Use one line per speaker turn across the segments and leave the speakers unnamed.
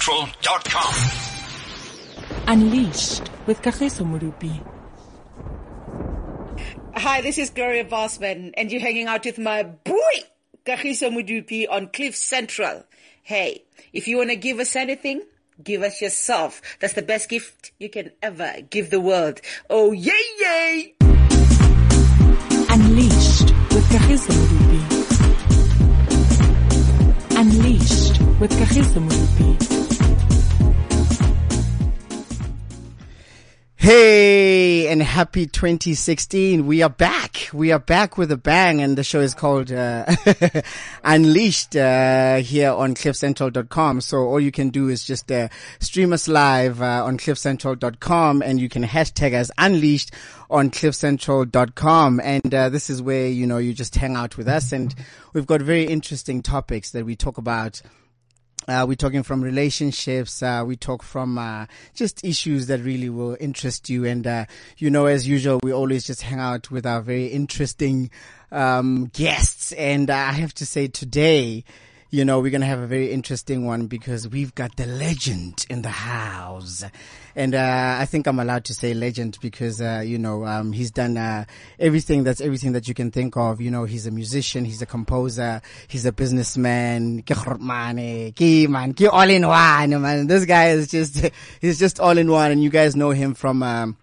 CliffCentral.com.
Unleashed with Kageso Murupi.
Hi, this is Gloria Bossman, and you're hanging out with my boy, Kahiso Mudupi, on Cliff Central. Hey, if you want to give us anything, give us yourself. That's the best gift you can ever give the world. Oh, yay, yay!
Unleashed with Kageso Murupi. Unleashed with Kageso Murupi.
Hey, and happy 2016. We are back. We are back with a bang and the show is called, uh, Unleashed, uh, here on cliffcentral.com. So all you can do is just, uh, stream us live, uh, on cliffcentral.com and you can hashtag us unleashed on cliffcentral.com. And, uh, this is where, you know, you just hang out with us and we've got very interesting topics that we talk about. Uh, we're talking from relationships. Uh, we talk from uh, just issues that really will interest you. And uh, you know, as usual, we always just hang out with our very interesting um, guests. And uh, I have to say, today, you know, we're gonna have a very interesting one because we've got the legend in the house. And uh, I think I'm allowed to say legend because uh, you know um, he's done uh, everything that's everything that you can think of. You know, he's a musician, he's a composer, he's a businessman. Ke kgromane, ke man, ke all in one, man. This guy is just he's just all in one, and you guys know him from. Um,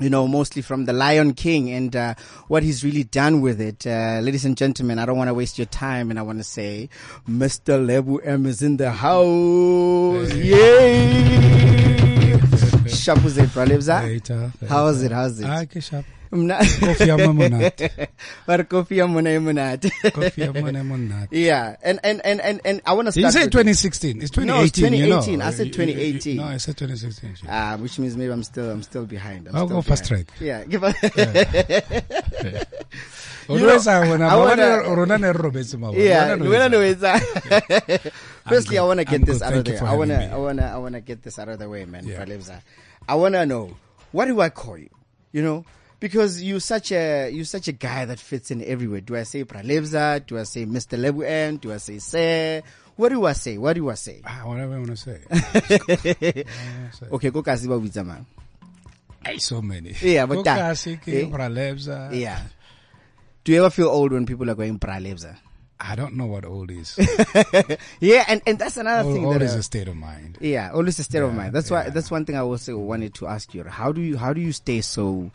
you know, mostly from the Lion King and uh, what he's really done with it. Uh, ladies and gentlemen, I don't want to waste your time and I want to say Mr. Lebu M is in the house. Yay! Shapuze
Hey, ta, hey,
How's it? How's it?
hayi ke shap
Mna-
kofi yam emonate
But coffee yam mona emunate.
kofi yam mona emonate
Yeah, and and and and, and I want to
you
start.
said
with-
2016 it's 2018
No, it's
you know
2018. I said
You- you-
2018.
no i said 2016 shit.
Ah, which means maybe I'm still I'm still behind. I'm
I'll
still
go fast
behind.
track.
Yeah, give us.
Always
know,
I wanna-
I wanna-
I wanna- rona ne re robetse mabone.
Yeah,
Rona ne
we don't know
etsa.
it's Firstly,
good.
I want to
I'm
get this
good.
out of
Thank you
there.
for
I
having
want to,
me.
I want to, I want to get this out of the way, man.
Yeah.
Phalebza. I want to know what do I call you? You know, because you're such a you're such a guy that fits in everywhere. Do I say Pralevza? Do I say Mister Lebuem? Do I say Sir? What do I say? What do I say?
Ah, whatever you want to say
Okay, go kasi ba witsa man.
Ay, so many
Yeah, but that-
Kokasi,
eh?
ke Bralebza.
Yeah. Do you ever feel old when people are going Pralevza?
i don't know what old is
Yeah, and, and that's another
old,
thing
old
that
is
uh,
a state of mind
Yeah, always a state of mind. That's why.
yeah.
That's one thing I also wanted to ask you. How do you how do you stay so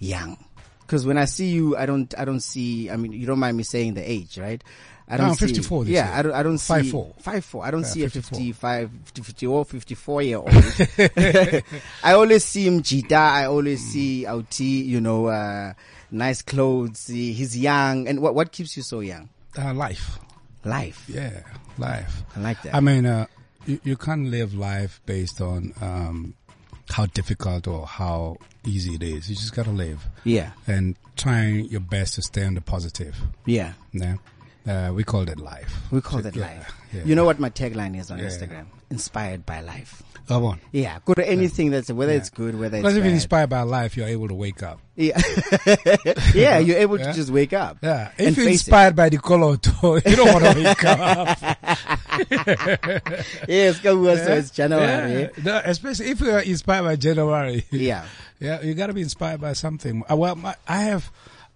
young? Because when I see you, I don't I don't see. I mean, you don't mind me saying the age, right? I
No,
don't
I'm 54
See,
this
yeah,
year.
I don't. I don't see
54.
54. I don't
Yeah,
see
54.
a 55, 50, 54, 54 year old. I always see him Jita. I always see Auti. You know, uh, nice clothes. He- He's young. And what what keeps you so young?
uh, life
Life.
Yeah, life.
I like that.
I mean, uh, you, you can't live life based on um, how difficult or how easy it is. You just gotta live
Yeah.
and trying your best to stay on the positive.
Yeah.
Yeah, uh, we call that life.
We call
So,
that
yeah,
life.
yeah.
You know what my tagline is on
Yeah.
Instagram? Inspired by life.
Come on.
Yeah, good at anything that's whether it's
Yeah.
good, whether it's
Plus, if
bad.
you're inspired by life, you're able to wake up.
yeah, yeah, you're able to
Yeah.
just wake up.
Yeah.
and
If you're
face it.
inspired by the color, though, you don't want to wake up.
yes, come on, so it's January.
Yeah.
eh?
No, especially if you're inspired by January.
Yeah.
Yeah, you got to be inspired by something. Uh, Well, my, I have,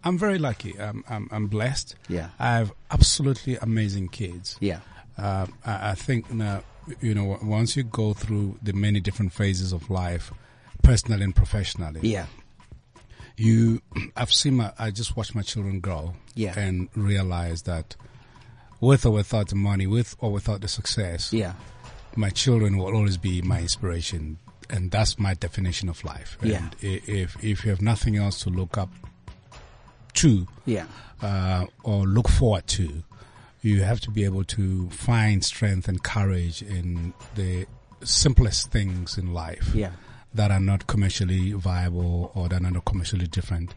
I'm very lucky. I'm, I'm, I'm blessed.
Yeah.
I have absolutely amazing kids.
Yeah,
Uh, I, I think now, you know, w- once you go through the many different phases of life, personally and professionally,
yeah,
you, I've seen my, I just watched my children grow.
Yeah.
And realize that with or without the money, with or without the success,
yeah,
my children will always be my inspiration, and that's my definition of life.
Yeah.
And i- if if you have nothing else to look up to
yeah,
uh, or look forward to, you have to be able to find strength and courage in the simplest things in life
yeah,
that are not commercially viable or that are not commercially different.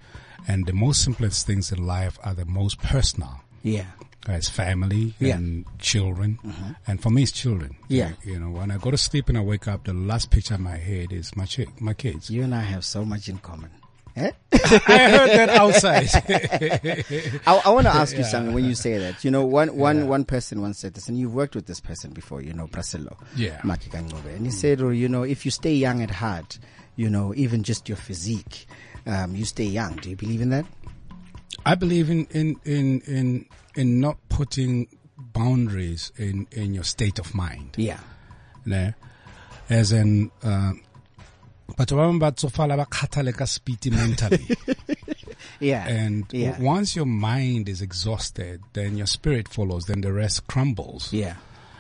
And the most simplest things in life are the most personal
yeah,
as family
Yeah. Uh-huh.
and children. And for me, it's children.
Yeah.
You know, when I go to sleep and I wake up, the last picture in my head is my chick, my kids.
You and I have so much in common. Eh?
I heard that outside.
I, I want to ask you something when you say that. You know, one one one person once said this, and you've worked with this person before, you know, Brasilo.
Yeah.
Maki Kangobe. And he said, oh, you know, if you stay young at heart, you know, even just your physique, um, you stay young. Do you believe in that?
I believe in, in, in, in, in not putting boundaries in, in your state of mind.
Yeah.
ne as in uh, batho ba bangwe ba tsofala ba kgathale ka spiti mentally
Yeah.
and w-
yeah.
once your mind is exhausted then your spirit follows then the rest crumbles
yeah.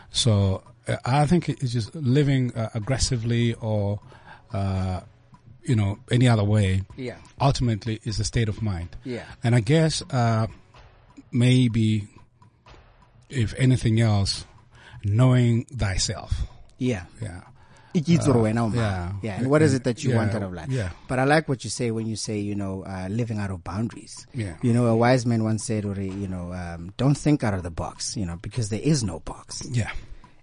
so uh, i think it- it's just living uh, aggressively or uh, you know any other way
Yeah.
ultimately is a state of mind
Yeah.
and i guess uh, maybe if anything else knowing thyself
Yeah.
yeah Uh,
Ikitso re wena o mang.
yeah.
yeah. And what is it that you
Yeah.
want out of life?
Yeah.
But I like what you say when you say, you know, uh, living out of boundaries.
Yeah.
You know, a wise man once said, "Ore, you know, um, don't think out of the box, you know, because there is no box.
Yeah.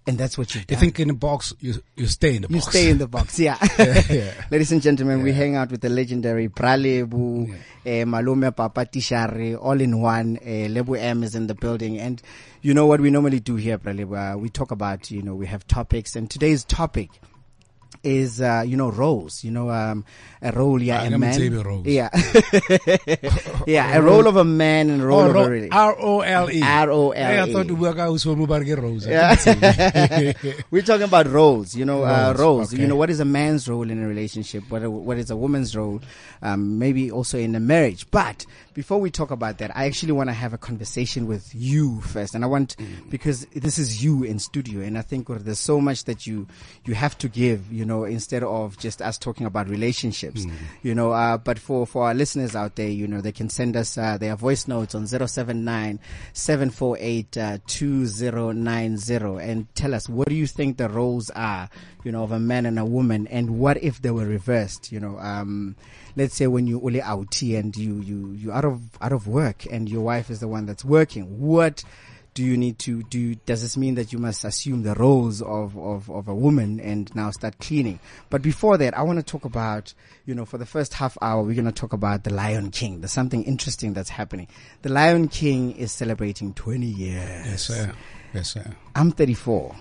And that's what you've
You
done.
think in a box, you you stay in the
You
box.
stay in the box, yeah.
yeah.
Ladies and gentlemen, we hang out with the legendary Pralebu, eh, Malume Papa Tishari, all in one. Eh, Lebu M is in the building. And you know what we normally do here, Pralebu? Uh, we talk about, you know, we have topics. And today's topic is, uh, you know, roles. You know, um, a role, yeah,
Ah,
a
let me
man.
tell you roles.
Yeah. yeah, a role of a man and a role
Oh,
of a
ro-
really.
R O L E.
ROLE.
Hey, I thought we were going to Mubarge Rose.
We're talking about roles, you know, uh,
Roles,
roles. You
okay.
know, what is a man's role in a relationship? What a, what is a woman's role? Um, maybe also in a marriage. But before we talk about that, I actually want to have a conversation with you first, and I want
Mm.
because this is you in studio, and I think well, there's so much that you you have to give, you know, instead of just us talking about relationships,
Mm.
you know. Uh, but for for our listeners out there, you know, they can send us uh, their voice notes on 079 748 uh, 2090 and tell us what do you think the roles are, you know, of a man and a woman and what if they were reversed, you know, um, let's say when you only out and you, you, you out of, out of work and your wife is the one that's working, what do you need to do? Does this mean that you must assume the roles of, of, of a woman and now start cleaning? But before that, I want to talk about, you know, for the first half hour, we're going to talk about the Lion King. There's something interesting that's happening. The Lion King is celebrating 20 years.
Yes, sir. Yes, sir.
I'm 34.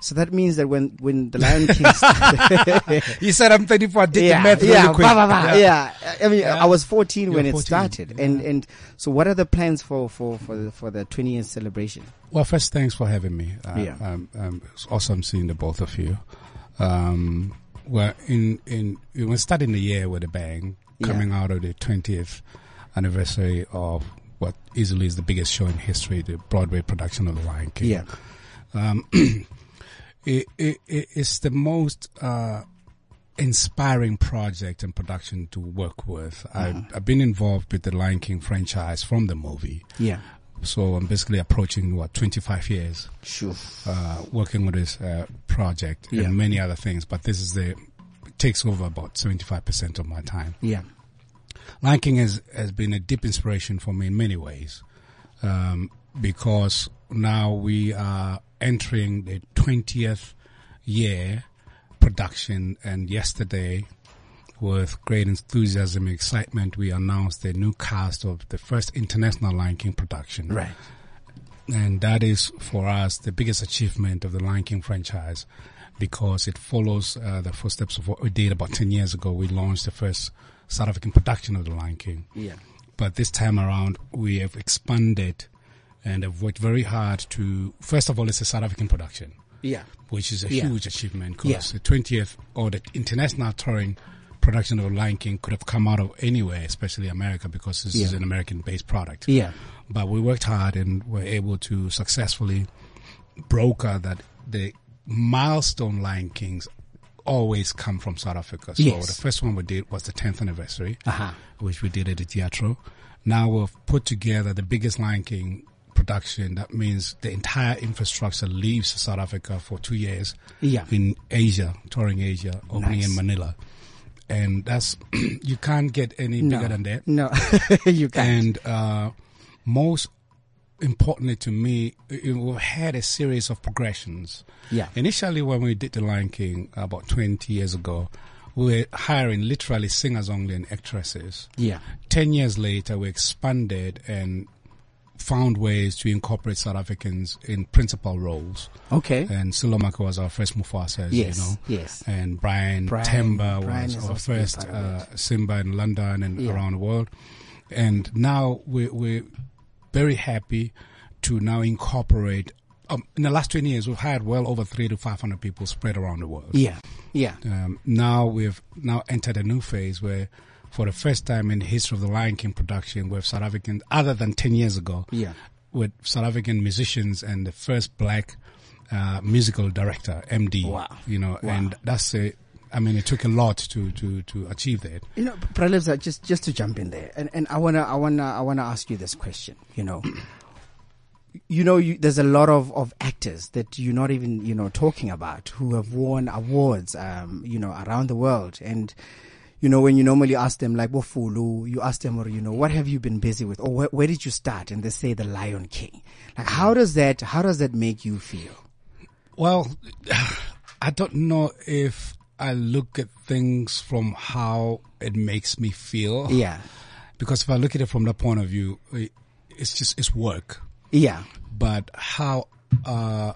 So that means that when, when the Lion King started,
He said, I'm 34. I did the math really
yeah,
quick.
bah, bah, bah, yeah. I mean, I was 14 when
were
it
14,
started. And, and so what are the plans for, for, for the, for the 20 year celebration?
Well, first, thanks for having me. Uh,
Yeah.
um, um, it's awesome seeing the both of you. Um, well, in, in, we're starting the year with a bang,
Yeah.
coming out of the 20th anniversary of what easily is the biggest show in history, the Broadway production of The Lion King.
Yeah.
it, it, it- it's the most uh, inspiring project and production to work with. I've, I've been involved with the Lion King franchise from the movie.
Yeah.
So I'm basically approaching what 25 years
Sure.
uh, working with this uh, project
Yeah.
and many other things. But this is the it takes over about 75% of my time.
Yeah.
Lion King has, has been a deep inspiration for me in many ways um, because now we are entering the 20th year production and yesterday with great enthusiasm and excitement we announced the new cast of the first international Lion King production
Right.
and that is for us the biggest achievement of the Lion King franchise because it follows uh, the footsteps of what we did about 10 years ago. We launched the first South African production of the Lion King.
Yeah.
But this time around, we have expanded and have worked very hard to, first of all, it's a South African production,
Yeah.
which is a
Yeah.
huge achievement
Yeah.
because the 20th or the international touring production of Lion King could have come out of anywhere, especially America, because this is
Yeah.
an American based product
Yeah.
but we worked hard and were able to successfully broker that the milestone Lion Kings always come from South Africa. So
Yes.
the first one we did was the 10th anniversary,
Uh-huh.
which we did at the Teatro. Now we've put together the biggest Lion King production. That means the entire infrastructure leaves South Africa for two years
Yeah.
in Asia, touring Asia, opening in
Nice.
Manila. And that's, you can't get any bigger than that.
No, you can't.
And uh, most importantly to me, it- we had a series of progressions.
yeah.
Initially, when we did The Lion King about 20 years ago, we were hiring literally singers only and actresses.
Yeah.
10 years later, we expanded and found ways to incorporate South Africans in principal roles.
Okay.
And Silomaka was our first Mufasa, as
Yes,
you know.
yes.
And Brian,
Brian-
Temba
Brian
was
has
our
also been
first
part of
uh, Simba in London and
Yeah.
around the world. And now we, we're very happy to now incorporate. Um, in the last 20 years, we've hired well over three to 500 people spread around the world.
yeah. Yeah.
Um, now we've now entered a new phase where, for the first time in the history of the Lion King production, we have South African, other than 10 years ago,
Yeah.
with South African musicians and the first black uh, musical director, MD.
Wow.
You know, and that's a, I mean, it took a lot to, to, to achieve that.
You know, Pralevza, just just to jump in there, and and I wanna I wanna I wanna ask you this question. You know, you know, you, there's a lot of of actors that you're not even you know talking about who have won awards, um, you know, around the world, and you know when you normally ask them like what fulu, you ask them or you know what have you been busy with, or where, where did you start, and they say the Lion King. Like, how does that how does that make you feel?
Well, I don't know if I look at things from how it makes me feel.
Yeah,
Because if I look at it from that point of view, it, it's just, it's work.
yeah,
but how uh,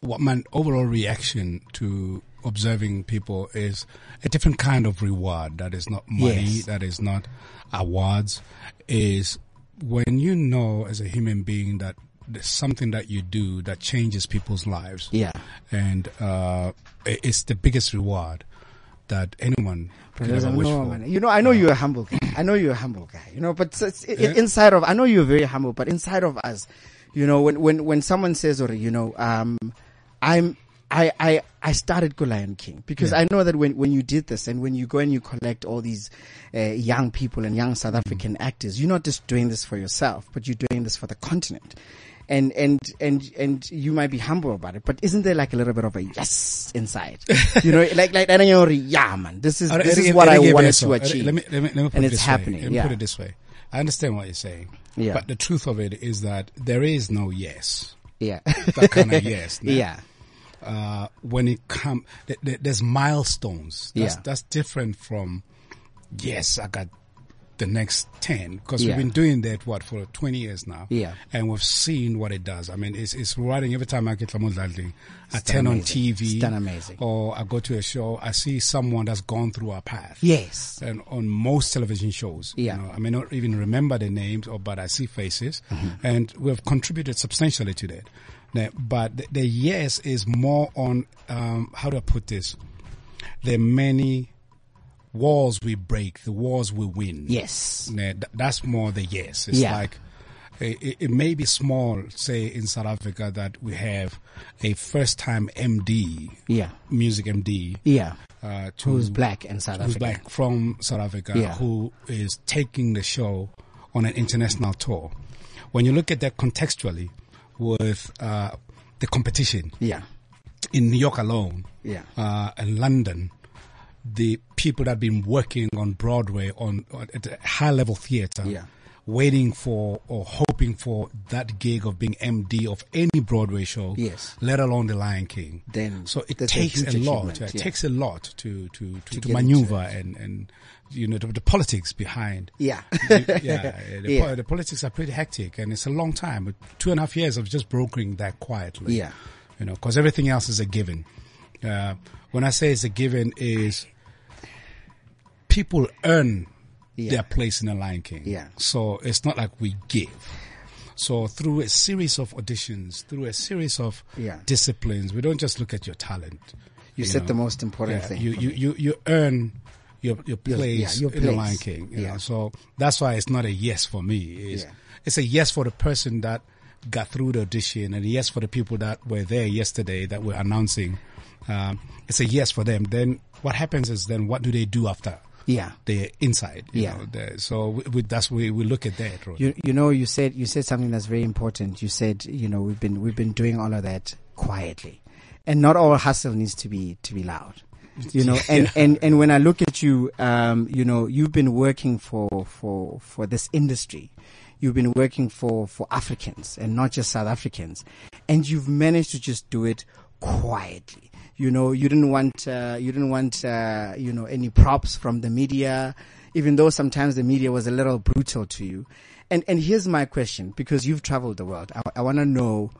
what my overall reaction to observing people is a different kind of reward that is not money
Yes.
that is not awards is when you know as a human being that there's something that you do that changes people's lives
yeah.
and uh, i- it's the biggest reward that anyone could
Because
ever
I'm
wish
no
for
man. You know, I know you're a humble guy. I know you're a humble guy. You know, but it's, it's, i- inside of, I know you're very humble, but inside of us, you know, when, when, when someone says, or, you know, um, I'm, I, I, I started Go Lion King because I know that when, when you did this and when you go and you collect all these uh, young people and young South African actors, you're not just doing this for yourself, but you're doing this for the continent. And, and, and, and you might be humble about it, but isn't there like a little bit of a yes inside? you know, like, like, I don't know, yeah, man, this is
Uh,
this
Enrique-
is what I
Enrique
wanted
Beso.
to
Uh,
achieve.
Let me, let me, let me put
and
it
it's
this
happening.
Way. Let me
yeah.
put it this way. I understand what you're saying.
Yeah.
But the truth of it is that there is no yes.
yeah.
That kind of yes. no.
yeah.
Uh, when it come, th- th- there's milestones. That's,
Yeah.
that's different from, yes, I got the next 10 because
Yeah.
we've been doing that, what, for 20 years now.
Yeah.
And we've seen what it does. I mean, it's, it's rewarding every time I get Lamudlaldi. I
done
turn on
amazing.
TV.
It's done amazing.
Or I go to a show, I see someone that's gone through our path
Yes.
and on most television shows.
Yeah.
know. I may not even remember the names, or but I see faces,
Mm-hmm.
and we've contributed substantially to that. Now, but the, the yes is more on um, how do I put this? The many wars we break, the wars we win.
Yes.
Now, th- that's more the yes. It's
Yeah.
like i- i it may be small, say in South Africa, that we have a first-time MD,
Yeah.
music MD,
Yeah.
uh, to
Who's black and South
who's
African?
black from South Africa
Yeah.
who is taking the show on an international tour. When you look at that contextually with uh, the competition
Yeah.
in New York alone
Yeah.
uh, and London, the people that have been working on Broadway on, on at a high level theater,
Yeah.
waiting for or hoping for that gig of being MD of any Broadway show,
Yes.
let alone The Lion King.
Then
so it
that's a
takes
huge
a, lot.
achievement,
It
yeah.
takes a lot to to to, to
get
maneuver and and you know the, the politics behind.
Yeah.
yeah, the,
Yeah.
po- the politics are pretty hectic, and it's a long time. Two and a half years of just brokering that quietly.
Yeah.
you know, because everything else is a given. Uh, when I say it's a given, is people earn
Yeah.
their place in the Lion King.
Yeah.
so it's not like we give. So through a series of auditions, through a series of
Yeah.
disciplines, we don't just look at your talent.
You said
know.
the most important
Yeah,
thing.
You,
for
you,
me.
you, you earn your, your
Your- yeah,
place
your
in the
place.
Lion King. You
Yeah.
know? So that's why it's not a yes for me. It's,
Yeah.
it's a yes for the person that got through the audition and a yes for the people that were there yesterday that were announcing. Um, it's a yes for them. Then what happens is then what do they do after?
Yeah.
They're inside. You
Yeah.
Know, they- so we, we, that's where we look at that. Right?
You, you know, you said, you said something that's very important. You said, you know, we've been, we've been doing all of that quietly and not all hustle needs to be, to be loud. You know, and, and, and when I look at you, um, you know, you've been working for, for, for this industry. You've been working for, for Africans and not just South Africans. And you've managed to just do it quietly. You know, you didn't want, uh, you didn't want, uh, you know, any props from the media, even though sometimes the media was a little brutal to you. And, and here's my question, because you've traveled the world. I, I want to know,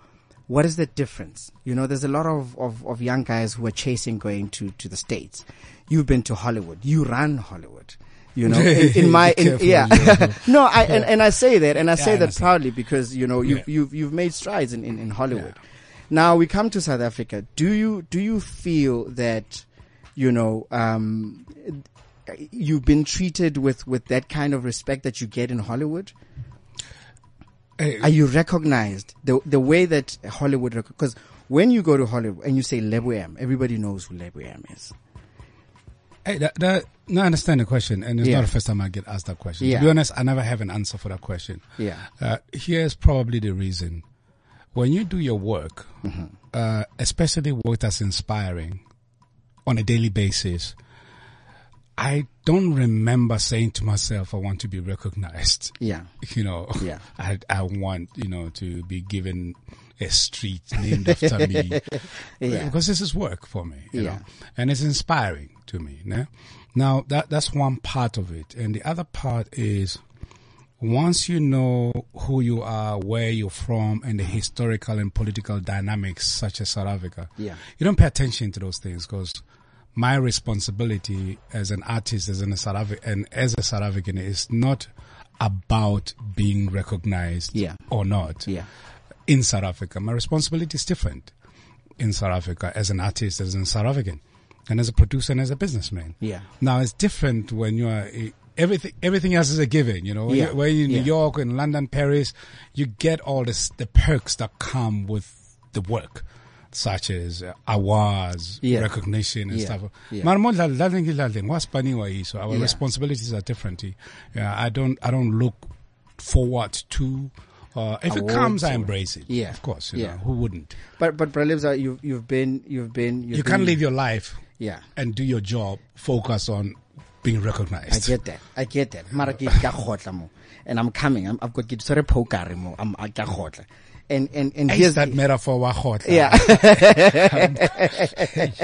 what is the difference? You know, there's a lot of, of, of young guys who are chasing going to, to the States. You've been to Hollywood. You run Hollywood. You know, in, in my,
Be
in,
careful,
yeah. no, I, and, and I say that, and I
I
say that
understand.
proudly because, you know, you've,
Yeah.
you've, you've made strides in, in, in Hollywood. Now we come to South Africa. Do you, do you feel that, you know, um, you've been treated with, with that kind of respect that you get in Hollywood?
Eh,
Are you recognized the the way that Hollywood? Because when you go to Hollywood and you say Lebuam, everybody knows who Lebuam is.
Hey, that, that, no, I understand the question, and it's
Yeah.
not the first time I get asked that question.
Yeah.
To be honest, I never have an answer for that question.
Yeah.
Uh, here's probably the reason. When you do your work,
Mm-hmm.
uh, especially work that's inspiring on a daily basis, I don't remember saying to myself, I want to be recognized
Yeah,
you know,
Yeah.
I, I want, you know, to be given a street named after me.
Yeah.
Because this is work for me, you
Yeah.
know, and it's inspiring to me. Né? Now that, that's one part of it. And the other part is once you know who you are, where you're from and the historical and political dynamics such as South Africa,
Yeah.
you don't pay attention to those things because my responsibility as an artist, as an South African, and as a South African, is not about being recognized
Yeah.
or not
yeah,
in South Africa. My responsibility is different in South Africa as an artist, as a South African, and as a producer and as a businessman.
Yeah.
Now it's different when you are. eh, Everything, everything else is a given, you know. When
Yeah.
you- When you're in
Yeah.
New York, in London, Paris, you get all this, the perks that come with the work, such as uh, awards,
Yeah.
recognition, and
Yeah.
stuff.
Yeah.
Mara mo la- la leng le la leng, wa spanning wa iso. Our
Yeah.
responsibilities are different. eh. Yeah, I don't, I don't look forward to. Uh, if it
Awards
comes, I
or-
embrace it.
Yeah.
of course. you
Yeah.
know, who wouldn't?
but but Bralibza, you've you've been you've been you've
you
been-
can't live your life
Yeah,
and do your job focus on being
I
recognized.
get that. I get that. Mara ke ka kgotla mo, and I'm coming. I'm, I've got ke tshwere poker mo. I'm a ka kgotla. And and and
Is
here's
that metaphor wa hot?
yeah. so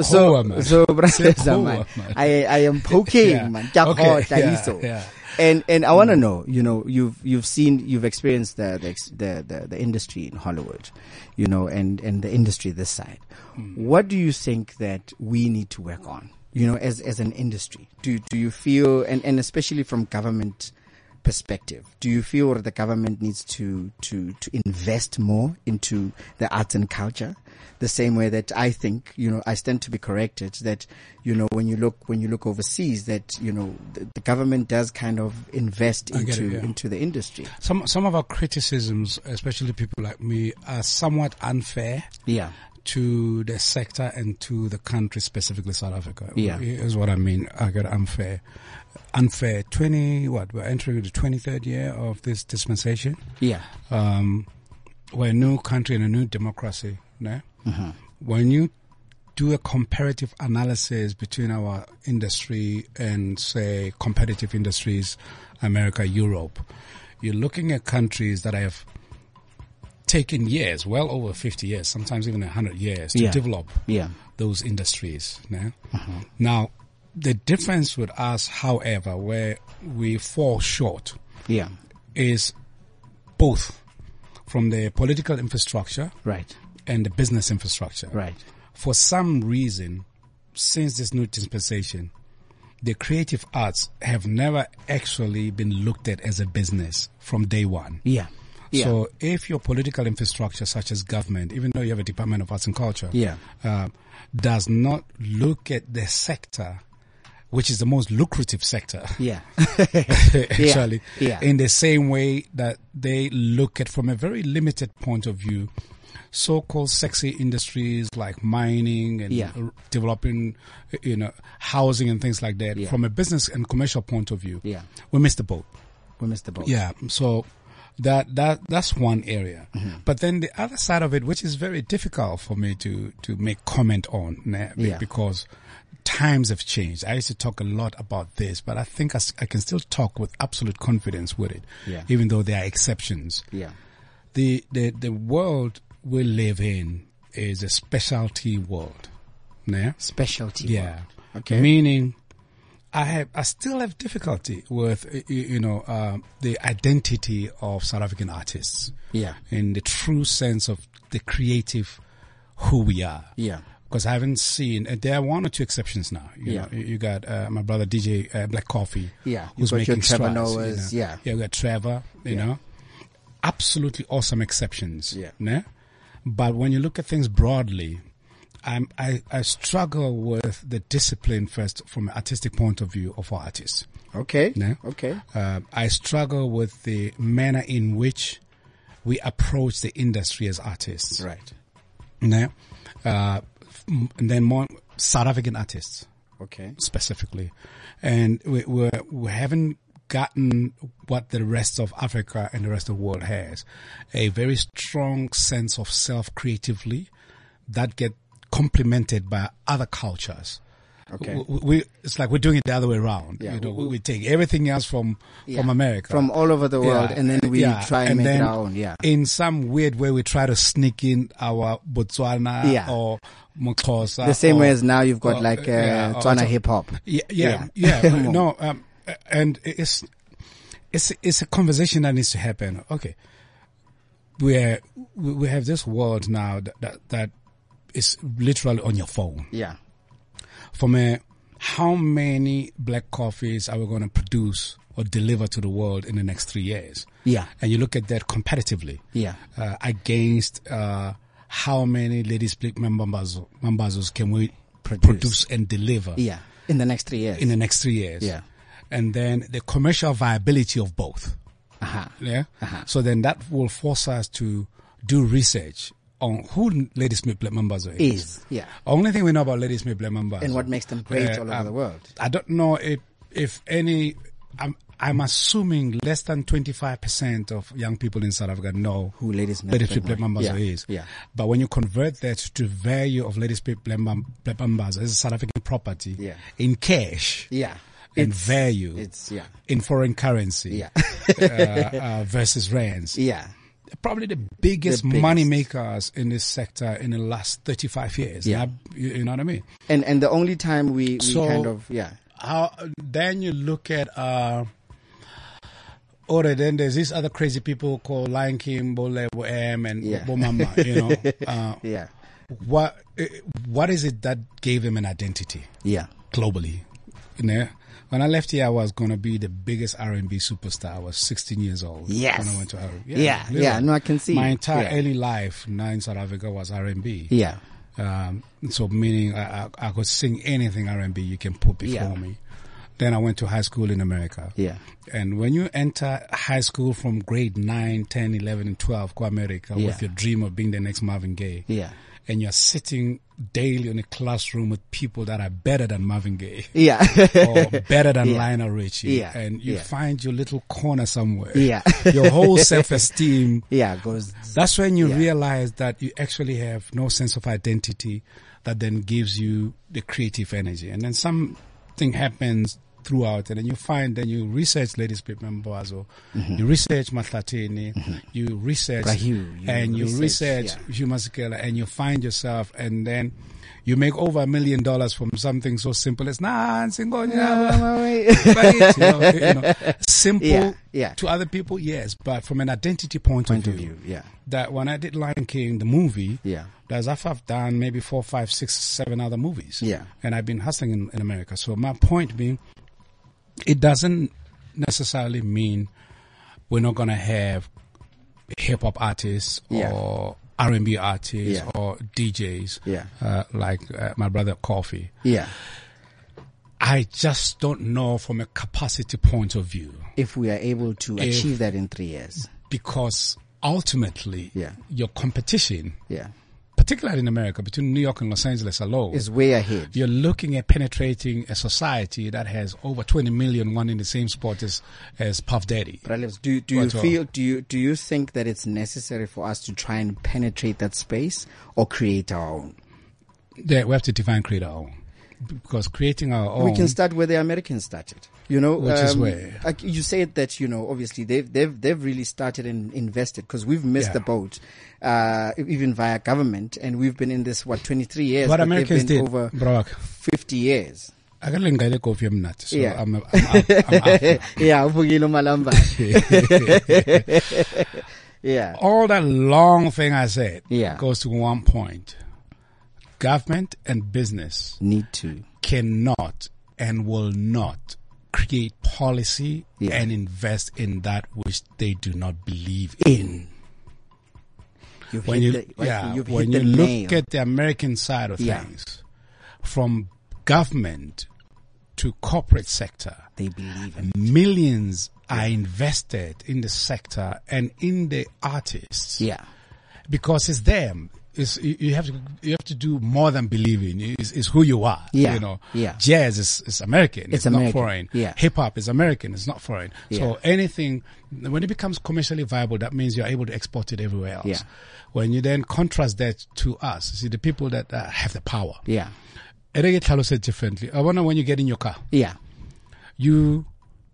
so
Khoa, man.
so Bralibza,
Khoa,
man,
man.
I I am poking
Yeah.
man. Ka
Okay,
kgotla
yeah,
iso.
yeah.
And and I want to know, you know, you've you've seen, you've experienced the the, ex- the the the industry in Hollywood, you know, and and the industry this side.
Hmm.
What do you think that we need to work on, you know, as as an industry? Do do you feel, and and especially from government perspective, do you feel that the government needs to to to invest more into the arts and culture? The same way that I think, you know, I stand to be corrected that, you know, when you look when you look overseas, that you know, the, the government does kind of invest
I get it,
into
yeah.
into the industry.
Some some of our criticisms, especially people like me, are somewhat unfair.
Yeah,
to the sector and to the country, specifically South Africa.
Yeah.
Is what I mean. I got unfair. Unfair. 20, what? We're entering the 23rd year of this dispensation.
yeah,
Um, we're a new country and a new democracy. No?
Mm-hmm.
When you do a comparative analysis between our industry and, say, competitive industries, America, Europe, you're looking at countries that have taken years, well over 50 years, sometimes even 100 years, to
Yeah.
develop
yeah, Mm-hmm.
those industries. no? Now, the difference with us, however, where we fall short
yeah.
is both from the political infrastructure
Right,
and the business infrastructure.
right.
For some reason, since this new dispensation, the creative arts have never actually been looked at as a business from day one.
Yeah, yeah,
So if your political infrastructure, such as government, even though you have a Department of Arts and Culture,
Yeah.
uh, does not look at the sector, which is the most lucrative sector,
yeah,
actually,
Yeah.
in the same way that they look at from a very limited point of view, so-called sexy industries like mining and
Yeah.
r- developing, you know, housing and things like that.
Yeah.
From a business and commercial point of view,
Yeah.
we missed the boat.
we missed the boat.
Yeah, so that that that's one area.
Mm-hmm.
But then the other side of it, which is very difficult for me to to make comment on, ne, be-
Yeah.
because times have changed. I used to talk a lot about this, but I think I, s- I can still talk with absolute confidence with it,
Yeah.
even though there are exceptions.
yeah,
The the the world we live in is a specialty world. Yeah.
Specialty.
Yeah.
Okay.
Meaning, I have, I still have difficulty with, y- y- you know, uh, the identity of South African artists.
Yeah.
In the true sense of the creative, who we are.
Yeah.
Because I haven't seen, uh, there are one or two exceptions now. You
Yeah.
know, you- you got uh, my brother DJ uh, Black Coffee.
Yeah.
Who's
You got your
making
Trevor
strides, you
Noahs,
know.
yeah.
Yeah, we got Trevor, you know. Absolutely awesome exceptions.
Yeah.
né? But when you look at things broadly, I'm, I, I struggle with the discipline first from an artistic point of view of our artists.
Okay.
né?
Okay.
Uh, I struggle with the manner in which we approach the industry as artists.
Right.
né? Uh, m- and then more South African artists
Okay.
specifically, and we we're, we haven't gotten what the rest of Africa and the rest of the world has, a very strong sense of self creatively, that get complemented by other cultures.
Okay.
We, we- it's like we're doing it the other way around.
Yeah.
You know, we, we take everything else from from America,
From all over the world,
Yeah.
and then we
Yeah.
try and,
And
make
then
it our own. Yeah.
In some weird way, we try to sneak in our Botswana
Yeah.
or Mokosa.
the same
or,
way as now you've got
or,
like uh,
Oh, yeah, or
Tswana
Tswana-
hip hop.
yeah, yeah,
Yeah.
yeah. no, um, and it's it's it's a conversation that needs to happen. Okay, we we we have this world now that that, that is literally on your phone.
Yeah.
From a, how many black coffees are we going to produce or deliver to the world in the next three years?
Yeah.
and you look at that competitively.
Yeah.
uh, against uh, how many ladies black mambazo mambazos can we
Produce.
produce, and deliver?
Yeah. In the next three years.
in the next three years.
Yeah.
And then the commercial viability of both.
uh
Yeah. So then that will force us to do research on who Lady Smith Black Mambazo is.
Is. Yeah.
Only thing we know about Lady Smith Black Mambazo.
And what makes them great all over
um,
the world.
I don't know if, if any, I'm, I'm assuming less than 25% of young people in South Africa know
Who Lady Smith
Lady
Black
Smith Black
Mambazo-
Mambazo
yeah,
is.
yeah.
But when you convert that to value of Lady Smith Black Mam- Black Mambazo as a South African property
Yeah.
in cash
Yeah.
in value
it's- yeah.
in foreign currency
Yeah.
uh, uh, versus rands.
Yeah.
Probably the biggest,
The biggest.
money makers in this sector in the last 35 years.
Yeah.
Now, you, you know what I mean?
And and the only time we, we
So-
kind of yeah.
How, then you look at, uh, or then there's these other crazy people called Lion King, Bolebo M, and
Yeah.
Bomama, you know. Uh,
Yeah.
what, eh, what is it that gave them an identity?
Yeah.
globally. You know, when I left here, I was gonna be the biggest R and B superstar. I was 16 years old.
Yes.
When I went to R.
Yeah, yeah, no, I can see.
My entire
Yeah.
early life now in South Africa was R and B.
Yeah.
Um, so meaning I, I, I could sing anything R and B you can put before
Yeah.
me. Then I went to high school in America.
Yeah.
And when you enter high school from grade 9, 10, 11, and 12, go America
Yeah.
with your dream of being the next Marvin Gaye.
Yeah.
And you're sitting daily in a classroom with people that are better than Marvin Gaye
Yeah.
or better than
Yeah.
Lionel Richie.
Yeah.
And you
Yeah.
find your little corner somewhere.
Yeah.
your whole self esteem.
yeah, goes
That's when you
Yeah.
realize that you actually have no sense of identity that then gives you the creative energy. And then something happens throughout and then you find then you research Lady Smith Mambazo,
Mm-hmm.
you research Matlatini, you research
Brahu, Mm-hmm. you
and you
research,
research, Hugh Masekela and you find yourself and then you make over a million dollars from something so simple as Nancy Ngonyaba. But it's, you know, you know, simple
Yeah, yeah.
to other people, yes, but from an identity point,
point
of
of
view,
view. Yeah.
that when I did Lion King, the movie,
Yeah.
that's after I've done maybe four, five, six, seven other movies,
Yeah.
and I've been hustling in, in America. So my point being, it doesn't necessarily mean we're not gonna have hip hop artists
Yeah.
or R and B artists
Yeah.
or DJs,
Yeah.
uh, like uh, my brother Coffee.
Yeah.
I just don't know from a capacity point of view
If we are able to
If-
achieve that in 3 years.
because ultimately
Yeah.
your competition,
Yeah.
particularly in America, between New York and Los Angeles alone,
Is way ahead.
you're looking at penetrating a society that has over 20 million one in the same spot as, as Puff Daddy.
Relatives, do do you
What, uh,
feel do you do you think that it's necessary for us to try and penetrate that space or create our own?
There, we have to define create our own. because creating our own.
we can start where the Americans started. You know, um,
Oh. Which is where-
like you said that you know, obviously they've they've they've really started and invested because we've missed
Yeah.
the boat, uh, even via government, and we've been in this what twenty three years.
what
but they've
Americans
been
did,
over
Brock.
fifty years.
akalingale kofi emnati so
Yeah.
I'm, I'm, out- I'm out now.
yeah, Vukile Malamba. yeah,
all that long thing I said
Yeah.
goes to one point. Government and business
need to.
cannot and will not create policy
Yeah.
and invest in that which they do not believe in.
You've
When you,
hit the,
yeah,
you've
when you
hit the
look
nail.
at the American side of
Yeah.
things, from government to corporate sector,
they believe in.
millions are invested in the sector and in the artists
Yeah,
because it's them. It's, you you have to you have to do more than believing. It's, it's who you are.
Yeah,
You know.
yeah.
Jazz is, is American. It's,
American,
not foreign.
yeah.
Hip hop is American. It's not foreign.
Yeah.
So anything when it becomes commercially viable, that means you're able to export it everywhere else.
Yeah.
When you then contrast that to us, you see the people that uh, have the power.
yeah,
Erege Tlhalo said differently. I wonder when you get in your car
yeah,
you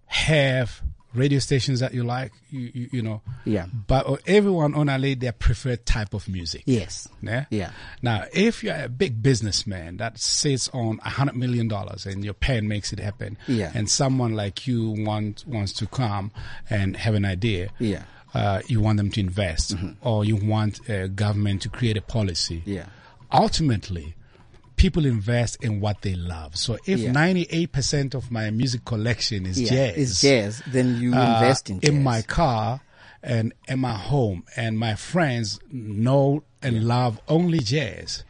have radio stations that you like, you, you, you know.
Yeah.
But uh, everyone on LA, their preferred type of music.
yes,
Yeah?
Yeah.
Now, if you're a big businessman that sits on a hundred million dollars and your pen makes it happen,
Yeah.
and someone like you want wants to come and have an idea,
Yeah. Mm-hmm.
uh, you want them to invest, or you want a government to create a policy,
Yeah.
Ultimately, people invest in what they love. So if
Yeah.
ninety-eight percent of my music collection is
yeah.
jazz,
It's jazz. Then you
uh,
invest in jazz.
my car and in my home and my friends know and love only jazz.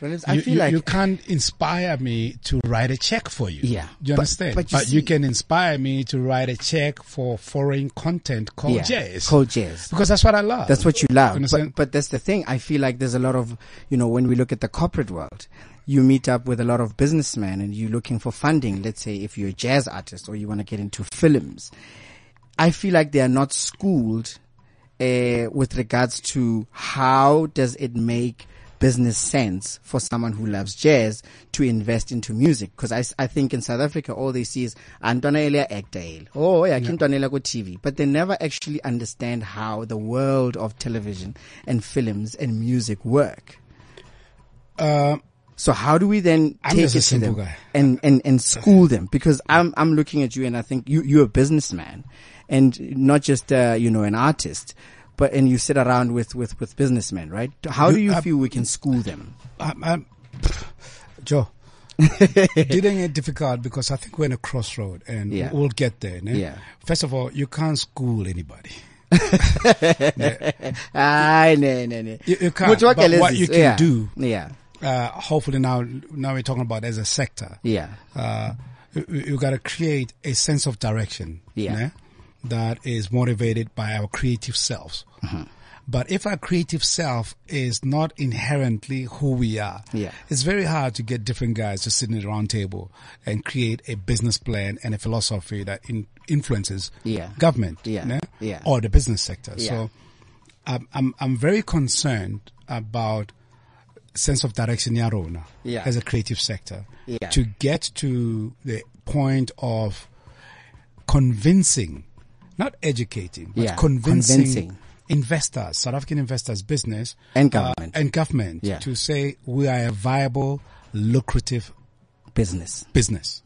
Relatives, I
you,
feel
you-
like
you can't inspire me to write a check for you.
Yeah.
you
But-
understand.
but
But,
you
you,
see-
can inspire me to write a check for foreign content called
yeah,
jazz.
cold jazz.
because that's what I love.
That's what you love. But,
Understand?
but that's the thing. I feel like there's a lot of, you know, when we look at the corporate world, you meet up with a lot of businessmen and you're looking for funding. Let's say if you're a jazz artist or you want to get into films. I feel like they are not schooled uh, with regards to how does it make business sense for someone who loves jazz to invest into music because I, s- I think in South Africa all they see is Antonella Ekdale oh yeah Antonella go TV but they never actually understand how the world of television and films and music work so how do we then
I'm
take
just a
it to them
simple guy.
and, and, and school them? Because I'm, I'm looking at you and I think you, you're a businessman and not just, uh, you know, an artist, but, and you sit around with, with, with businessmen, right? How do you feel we can school them?
I'm, I'm, Joe. Dealing it difficult because I think we're in a crossroad and
Yeah.
we'll get there. né?
Yeah.
First of all, you can't school anybody.
Ah, no, no, no.
You- you can't,
Which work
but
it
what
is,
you can
yeah.
do.
Yeah.
Uh, hopefully now, now we're talking about as a sector.
Yeah.
uh, you, you got to create a sense of direction
Yeah.
né, that is motivated by our creative selves.
Uh-huh.
But if our creative self is not inherently who we are,
Yeah.
it's very hard to get different guys to sit in a round table and create a business plan and a philosophy that in, influences
Yeah.
government
Yeah.
né,
Yeah.
or the business sector.
Yeah.
So I'm, I'm, I'm very concerned about sense of direction ya rona
Yeah.
as a creative sector
Yeah.
to get to the point of convincing not educating but
Yeah,
convincing,
convincing.
investors south african investors business
And
uh,
government.
and government
Yeah.
to say we are a viable lucrative
Business.
business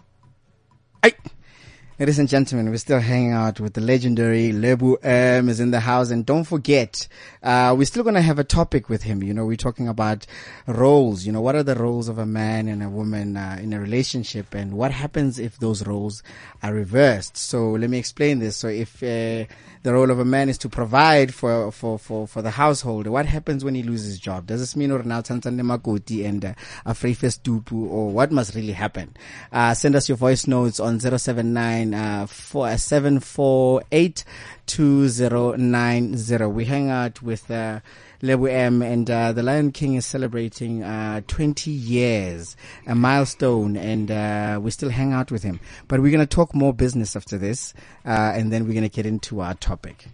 Ladies and gentlemen, we're still hanging out with the legendary Lebu M is in the house. And don't forget, uh, we're still going to have a topic with him. You know, we're talking about roles. You know, what are the roles of a man and a woman uh, in a relationship and what happens if those roles are reversed? So let me explain this. So if, uh, the role of a man is to provide for, for, for, for the household, what happens when he loses his job? Does this mean or now Tantan Makoti and uh, Afrifes Dupu or what must really happen? Uh, send us your voice notes on 079 uh, 4, uh, 748 2090. We hang out with uh, Lebu M and uh, the Lion King is celebrating uh, 20 years, a milestone, and uh, we still hang out with him. But we're going to talk more business after this, uh, and then we're going to get into our topic.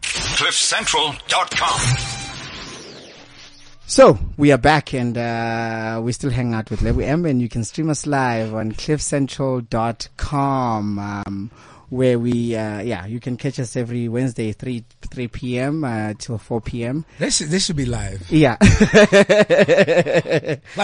CliffCentral.com.
So we are back and uh, we still hang out with Lebu M and you can stream us live on cliffcentral.com um, where we uh, yeah you can catch us every Wednesday 3 3 p.m. Uh, till 4 p.m.
This this should be live,
Yeah.
live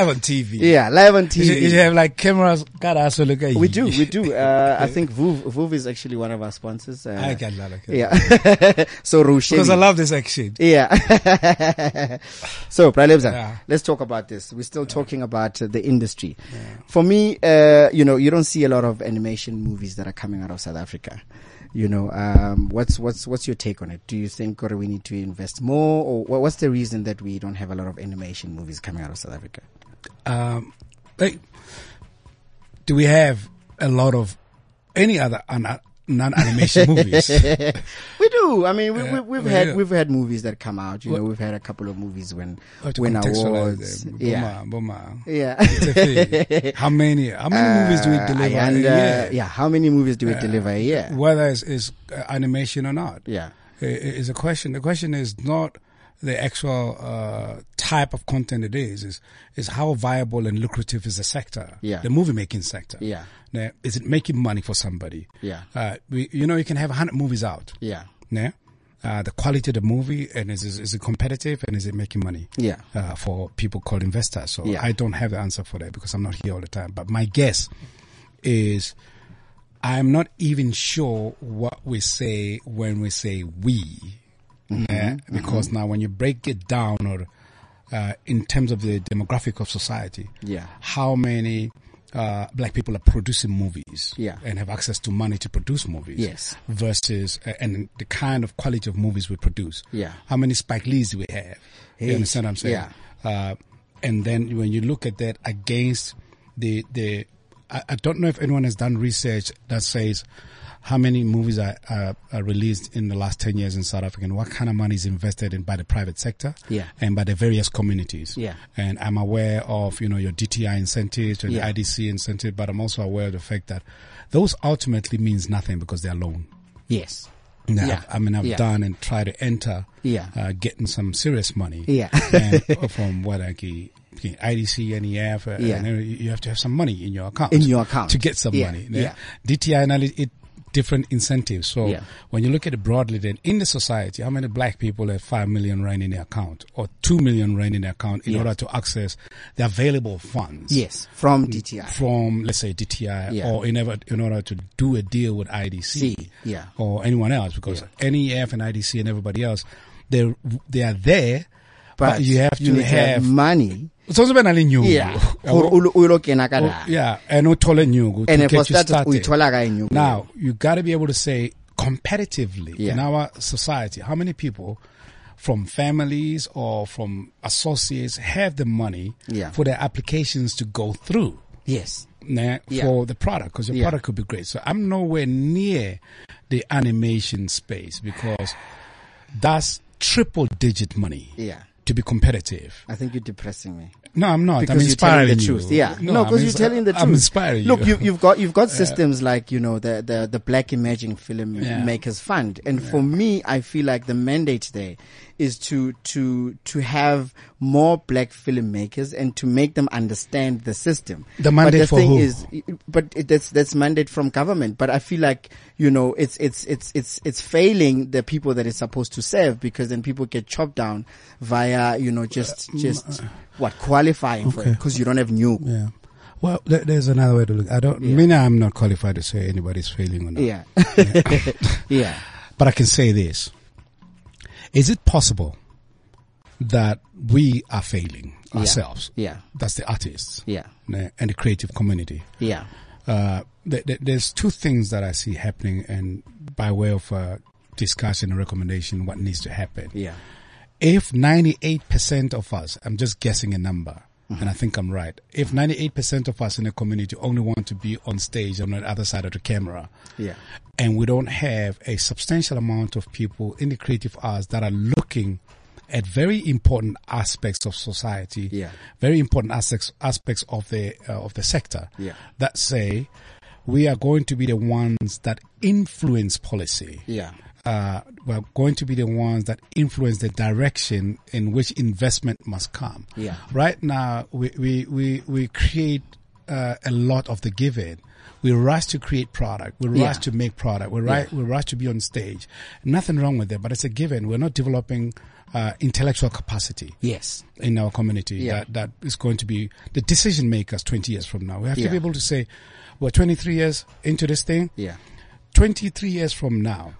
on TV.
yeah, live on
You should, you should
TV.
have like cameras. God, I also look at you.
We do, we do. Uh, I think Vuv, Vuv is actually one of our sponsors. Uh,
I can love it.
Yeah. so Rushin.
Because I love this action.
Yeah. so, Pralebza,
Yeah.
let's talk about this. We're still talking about uh, the industry. For me, uh, you know, you don't see a lot of animation movies that are coming out of South Africa. You know, um, what's what's what's your take on it? Do you think or we need to invest more, or wha- what's the reason that we don't have a lot of animation movies coming out of South Africa?
Um, hey, do we have a lot of any other ana- non-animation movies?
We do. I mean, we, we, we've
we
had
do.
we've had movies that come out. You know, we've had a couple of movies when
Have Oh, to
win
contextualize
awards.
them.
Yeah,
Boma, boma.
yeah.
It's a thing. how many? How many movies do we
Uh,
deliver
and,
a
uh,
year? Uh,
yeah, how many movies do we deliver a year?
Whether it's, it's uh, animation or not,
yeah.
i- i- is a question. The question is not the actual uh, type of content it is. Is is how viable and lucrative is the sector?
Yeah.
the movie making sector.
Yeah.
Now, is it making money for somebody?
Yeah.
Uh, we, you know, you can have hundred movies out.
Yeah.
Yeah. Uh, the quality of the movie and is, is, is it competitive and is it making money?
Yeah.
Uh, for people called investors. So
Yeah.
I don't have the answer for that because I'm not here all the time. But my guess is I'm not even sure what we say when we say we.
Mm-hmm.
Yeah? Because now when you break it down or uh, in terms of the demographic of society,
Yeah.
how many uh, black people are producing movies
Yeah.
and have access to money to produce movies
Yes.
versus uh, and the kind of quality of movies we produce.
Yeah.
How many Spike Lees do we have? You
Hey,
understand what I'm saying?
yeah.
Uh, and then when you look at that against the the, I, I don't know if anyone has done research that says how many movies are, are, are released in the last ten years in South Africa and what kind of money is invested in by the private sector
Yeah.
and by the various communities.
Yeah.
And I'm aware of, you know, your DTI incentives and
Yeah.
IDC incentive, but I'm also aware of the fact that those ultimately means nothing because they're alone.
Yes.
Now,
Yeah.
I mean, I've
Yeah.
done and tried to enter,
Yeah.
uh, getting some serious money.
Yeah.
and from what I can, IDC, NEF, uh,
Yeah.
and every- you have to have some money in your account.
In your account.
To get some
Yeah.
money.
Yeah.
DTI analysis, it, different incentives. So
Yeah.
when you look at it broadly, then in the society, how many black people have 5 million rand in their account or 2 million rand in their account in
Yeah.
order to access the available funds?
Yes.
Mm.
From DTI.
from let's say DTI
Yeah.
or in, ever, in order to do a deal with IDC
See, yeah.
or anyone else because NEF and IDC and everybody else they they are there but, you have to
need
have
money.
it's also been a new
Yeah. Gore o lo- o lo kena ka la.
Oh, yeah and uthole new to
And
get
for
you
starters,
started.
uyithola kae new?
now you got to be able to say competitively
Yeah.
in our society how many people from families or from associates have the money
Yeah.
for their applications to go through
Yes.
nah,
Yeah.
for the product because your
Yeah.
product could be great. So I'm nowhere near the animation space because that's triple digit money
Yeah.
to be competitive.
I think you're depressing me.
No, I'm not.
because
I'm
you're telling
inspiring
the
you.
truth. Yeah, no,
I'm
because you're
ins-
telling the truth.
I'm inspiring
Look,
you.
you, you've got you've got systems like you know the the the Black Emerging Film
Yeah.
Makers Fund, and for me, I feel like the mandate there is to to to have more black filmmakers and to make them understand the system.
The mandate
but the
for
thing
who?
is, but it, that's that's mandate from government. But I feel like you know it's it's it's it's it's failing the people that it's supposed to serve because then people get chopped down via you know
Uh,
just
mm,
just what qualifying for it because you don't have new.
yeah. Well, there, there's another way to look. I don't. mean I'm not qualified to say anybody's failing or not.
Yeah, yeah,
But I can say this. Is it possible that we are failing ourselves?
yeah,
That's the artists
yeah,
nah, and the creative community.
yeah,
uh, th- th- there's two things that I see happening, and by way of uh, discussion and recommendation, what needs to happen.
yeah,
If 98% of us, I'm just guessing a number,
Mm-hmm.
and I think I'm right. If 98% of us in the community only want to be on stage on the other side of the camera,
yeah,
and we don't have a substantial amount of people in the creative arts that are looking at very important aspects of society,
Yeah.
very important aspects aspects of the uh, of the sector,
Yeah.
that say we are going to be the ones that influence policy
yeah,
uh, were going to be the ones that influence the direction in which investment must come.
Yeah.
Right now, we, we, we, we create uh, a lot of the giving. We rush to create product. We rush
Yeah.
to make product. We rush, we rush to be on stage. Nothing wrong with that, but it's a given. We're not developing uh, intellectual capacity
Yes.
in our community
Yeah.
that, that is going to be the decision makers 20 years from now. We have
Yeah.
to be able to say, we're 23 years into this thing.
Yeah.
23 years from now.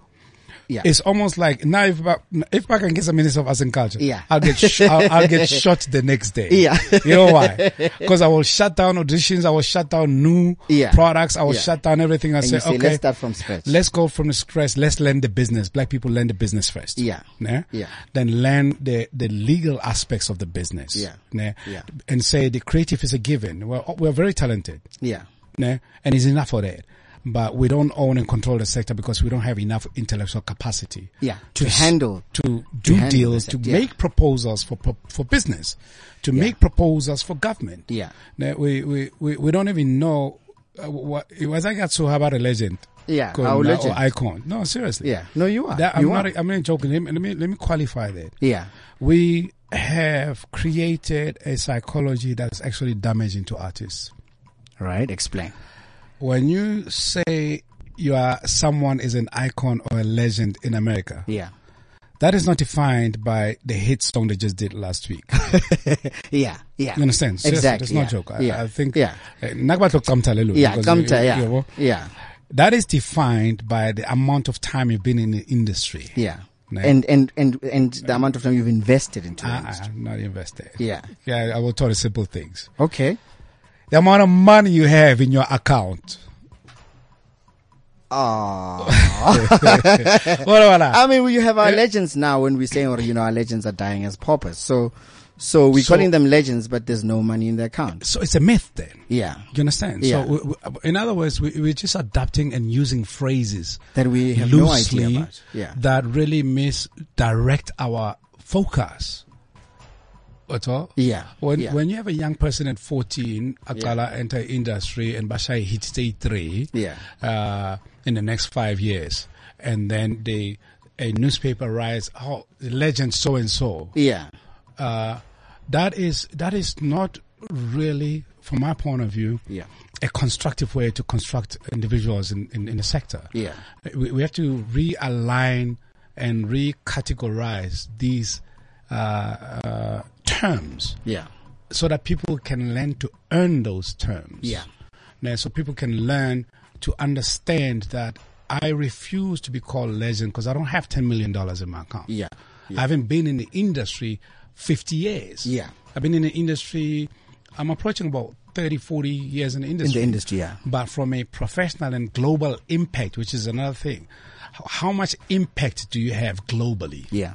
Yeah.
It's almost like now if I, if I can get some minister of arts and culture,
Yeah.
I'll get sh- I'll, I'll get shot the next day.
Yeah.
you know why? Because I will shut down auditions, I will shut down new
Yeah.
products, I will
Yeah.
shut down everything. I
And
say,
you say,
okay,
let's start from scratch.
Let's go from the scratch. Let's learn the business. Black people learn the business first.
Yeah.
Né?
Yeah.
Then learn the the legal aspects of the business.
Yeah.
Né?
Yeah.
And say the creative is a given. We're we're very talented.
yeah.
Né? And it's enough for that. But we don't own and control the sector because we don't have enough intellectual capacity.
Yeah. To
s-
handle.
to do
handle
deals,
the
to
sector, yeah.
make proposals for pro- for business, to make proposals for government.
Yeah.
Né? We we we, we don't even know uh, what it was. I got so about a legend.
Yeah,
Icon,
our
uh,
legend.
Or icon. No, seriously.
Yeah. No, you are.
That- I'm
You
not.
are.
I'm not joking. Let me, let me let me qualify that.
Yeah.
We have created a psychology that's actually damaging to artists
Right. Explain.
when you say you are someone is an icon or a legend in America,
Yeah.
that is not defined by the hit song they just did last week.
Yeah. Yeah.
You understand? Seriously,
Exactly.
That's not
yeah.
a joke. I,
yeah.
I think.
Yeah.
Uh, Nagbato Kamta Lelo,
Yeah.
because
Come
you-
to,
you-
yeah.
you know,
yeah.
that is defined by the amount of time you've been in the industry.
Yeah.
Nah.
And, and, and, and the amount of time you've invested into
I,
it.
I'm not invested.
Yeah.
Yeah. I will tell you simple things.
Okay.
The amount of money you have in your account. Oh. what about that?
Ah. I mean, we have our legends now when we say, or, you know, our legends are dying as paupers. So, so we're
So-
calling them legends, but there's no money in their account.
So it's a myth then.
Yeah.
You understand?
Yeah.
So, we, we, in other words, we, we're just adapting and using phrases
That we have no
loosely
idea about. Yeah.
that really misdirect our focus. At all?
Yeah.
When
Yeah.
when you have a young person at fourteen, Akala enter industry and Bashai hit stage three.
Yeah.
Uh, in the next five years, and then they a newspaper writes, "Oh, the legend so and so."
Yeah.
uh, that is that is not really, from my point of view,
Yeah.
a constructive way to construct individuals in, in, in the sector.
Yeah.
we, we have to realign and recategorize these uh, uh, terms
Yeah.
so that people can learn to earn those terms.
Yeah.
Now, so people can learn to understand that I refuse to be called legend because I don't have ten million dollars in my account.
Yeah.
I haven't been in the industry 50 years.
Yeah.
I've been in the industry, I'm approaching about 30, 40 years in the
In
industry.
the industry. Yeah.
But from a professional and global impact, which is another thing, h- how much impact do you have globally?
Yeah.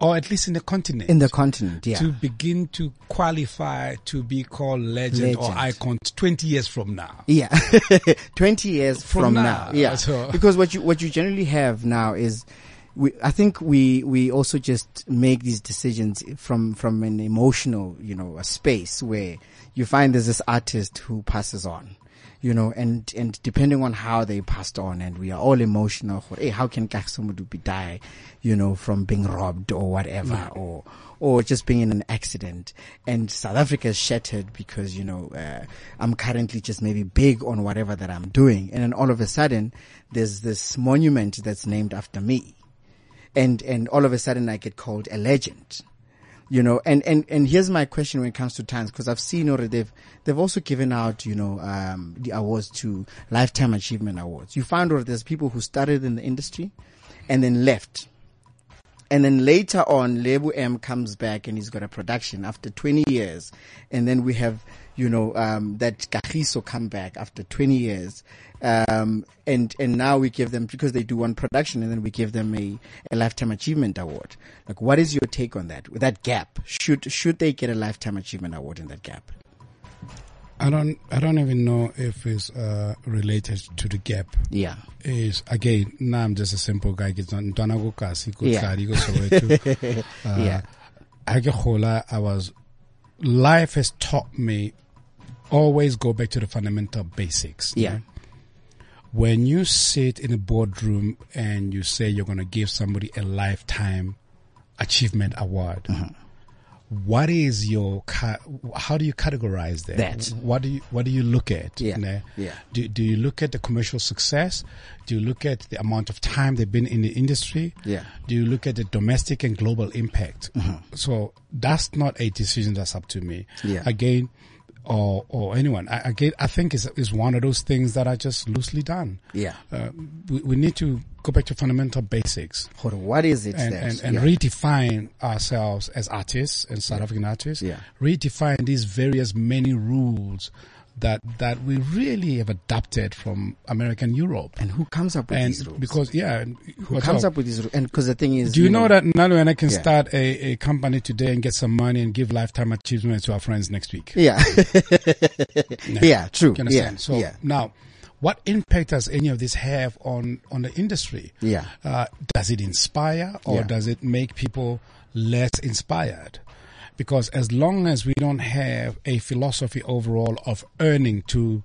Or at least in the continent?
In the continent. Yeah.
to begin to qualify to be called legend, or
Legend.
icon 20 years from now.
Yeah, twenty years from,
From
now.
now,
Yeah,
so-
because what you what you generally have now is, we I think we we also just make these decisions from from an emotional you know a space where you find there's this artist who passes on. You know, and, and depending on how they passed on and we are all emotional, hey, how can Kaksomudupi die, you know, from being robbed or whatever or, or just being in an accident. And South Africa is shattered because, you know, uh, I'm currently just maybe big on whatever that I'm doing. And then all of a sudden, there's this monument that's named after me. And, and all of a sudden I get called a legend. You know, and, and, and here's my question when it comes to times, because I've seen already they've, they've also given out, you know, um, the awards to lifetime achievement awards. You found out there's people who started in the industry and then left. And then later on, Lebu M comes back and he's got a production after 20 years. And then we have, you know, um, that Kahiso come back after 20 years. Um, and, and now we give them, because they do one production and then we give them a, a lifetime achievement award. Like, what is your take on that? With that gap, should, should they get a lifetime achievement award in that gap?
I don't, I don't even know if it's uh, related to the gap.
Yeah.
Is again, now I'm Eh, just a simple guy. Ke tswa- Ntwana ko Kasi, ko
Yeah.
Tladi, ko Soweto. Uh,
yeah.
Ha ke gola, I was, life has taught me always go back to the fundamental basics.
Yeah.
né? when you sit in a boardroom and you say you're going to give somebody a lifetime achievement award,
Uh-huh.
what is your ca- how do you categorize that?
That.
What do you what do you look at?
Yeah.
né?
Yeah.
Do do you look at the commercial success? Do you look at the amount of time they've been in the industry?
Yeah. Uh-huh.
Do you look at the domestic and global impact? So that's not a decision that's up to me.
Yeah.
Again, or or anyone. I, again, I think is is one of those things that are just loosely done.
Yeah.
Uh, we, we need to go back to fundamental basics
But what is it
and,
that?
and, and
yeah.
redefine ourselves as artists and South African artists.
Yeah.
Redefine these various many rules that that we really have adapted from American Europe.
And who comes up with
And
these rules?
because yeah, and
who comes up with these rules? And because the thing is,
do you know that Nalwena can
Yeah.
start a, a company today and get some money and give lifetime achievements to our friends next week?
Yeah. yeah. True.
You
Yeah.
understand? So mm,
yeah.
now, what impact does any of this have on on the industry?
Yeah.
Uh, does it inspire or
Yeah.
does it make people less inspired? Because as long as we don't have a philosophy overall of earning to,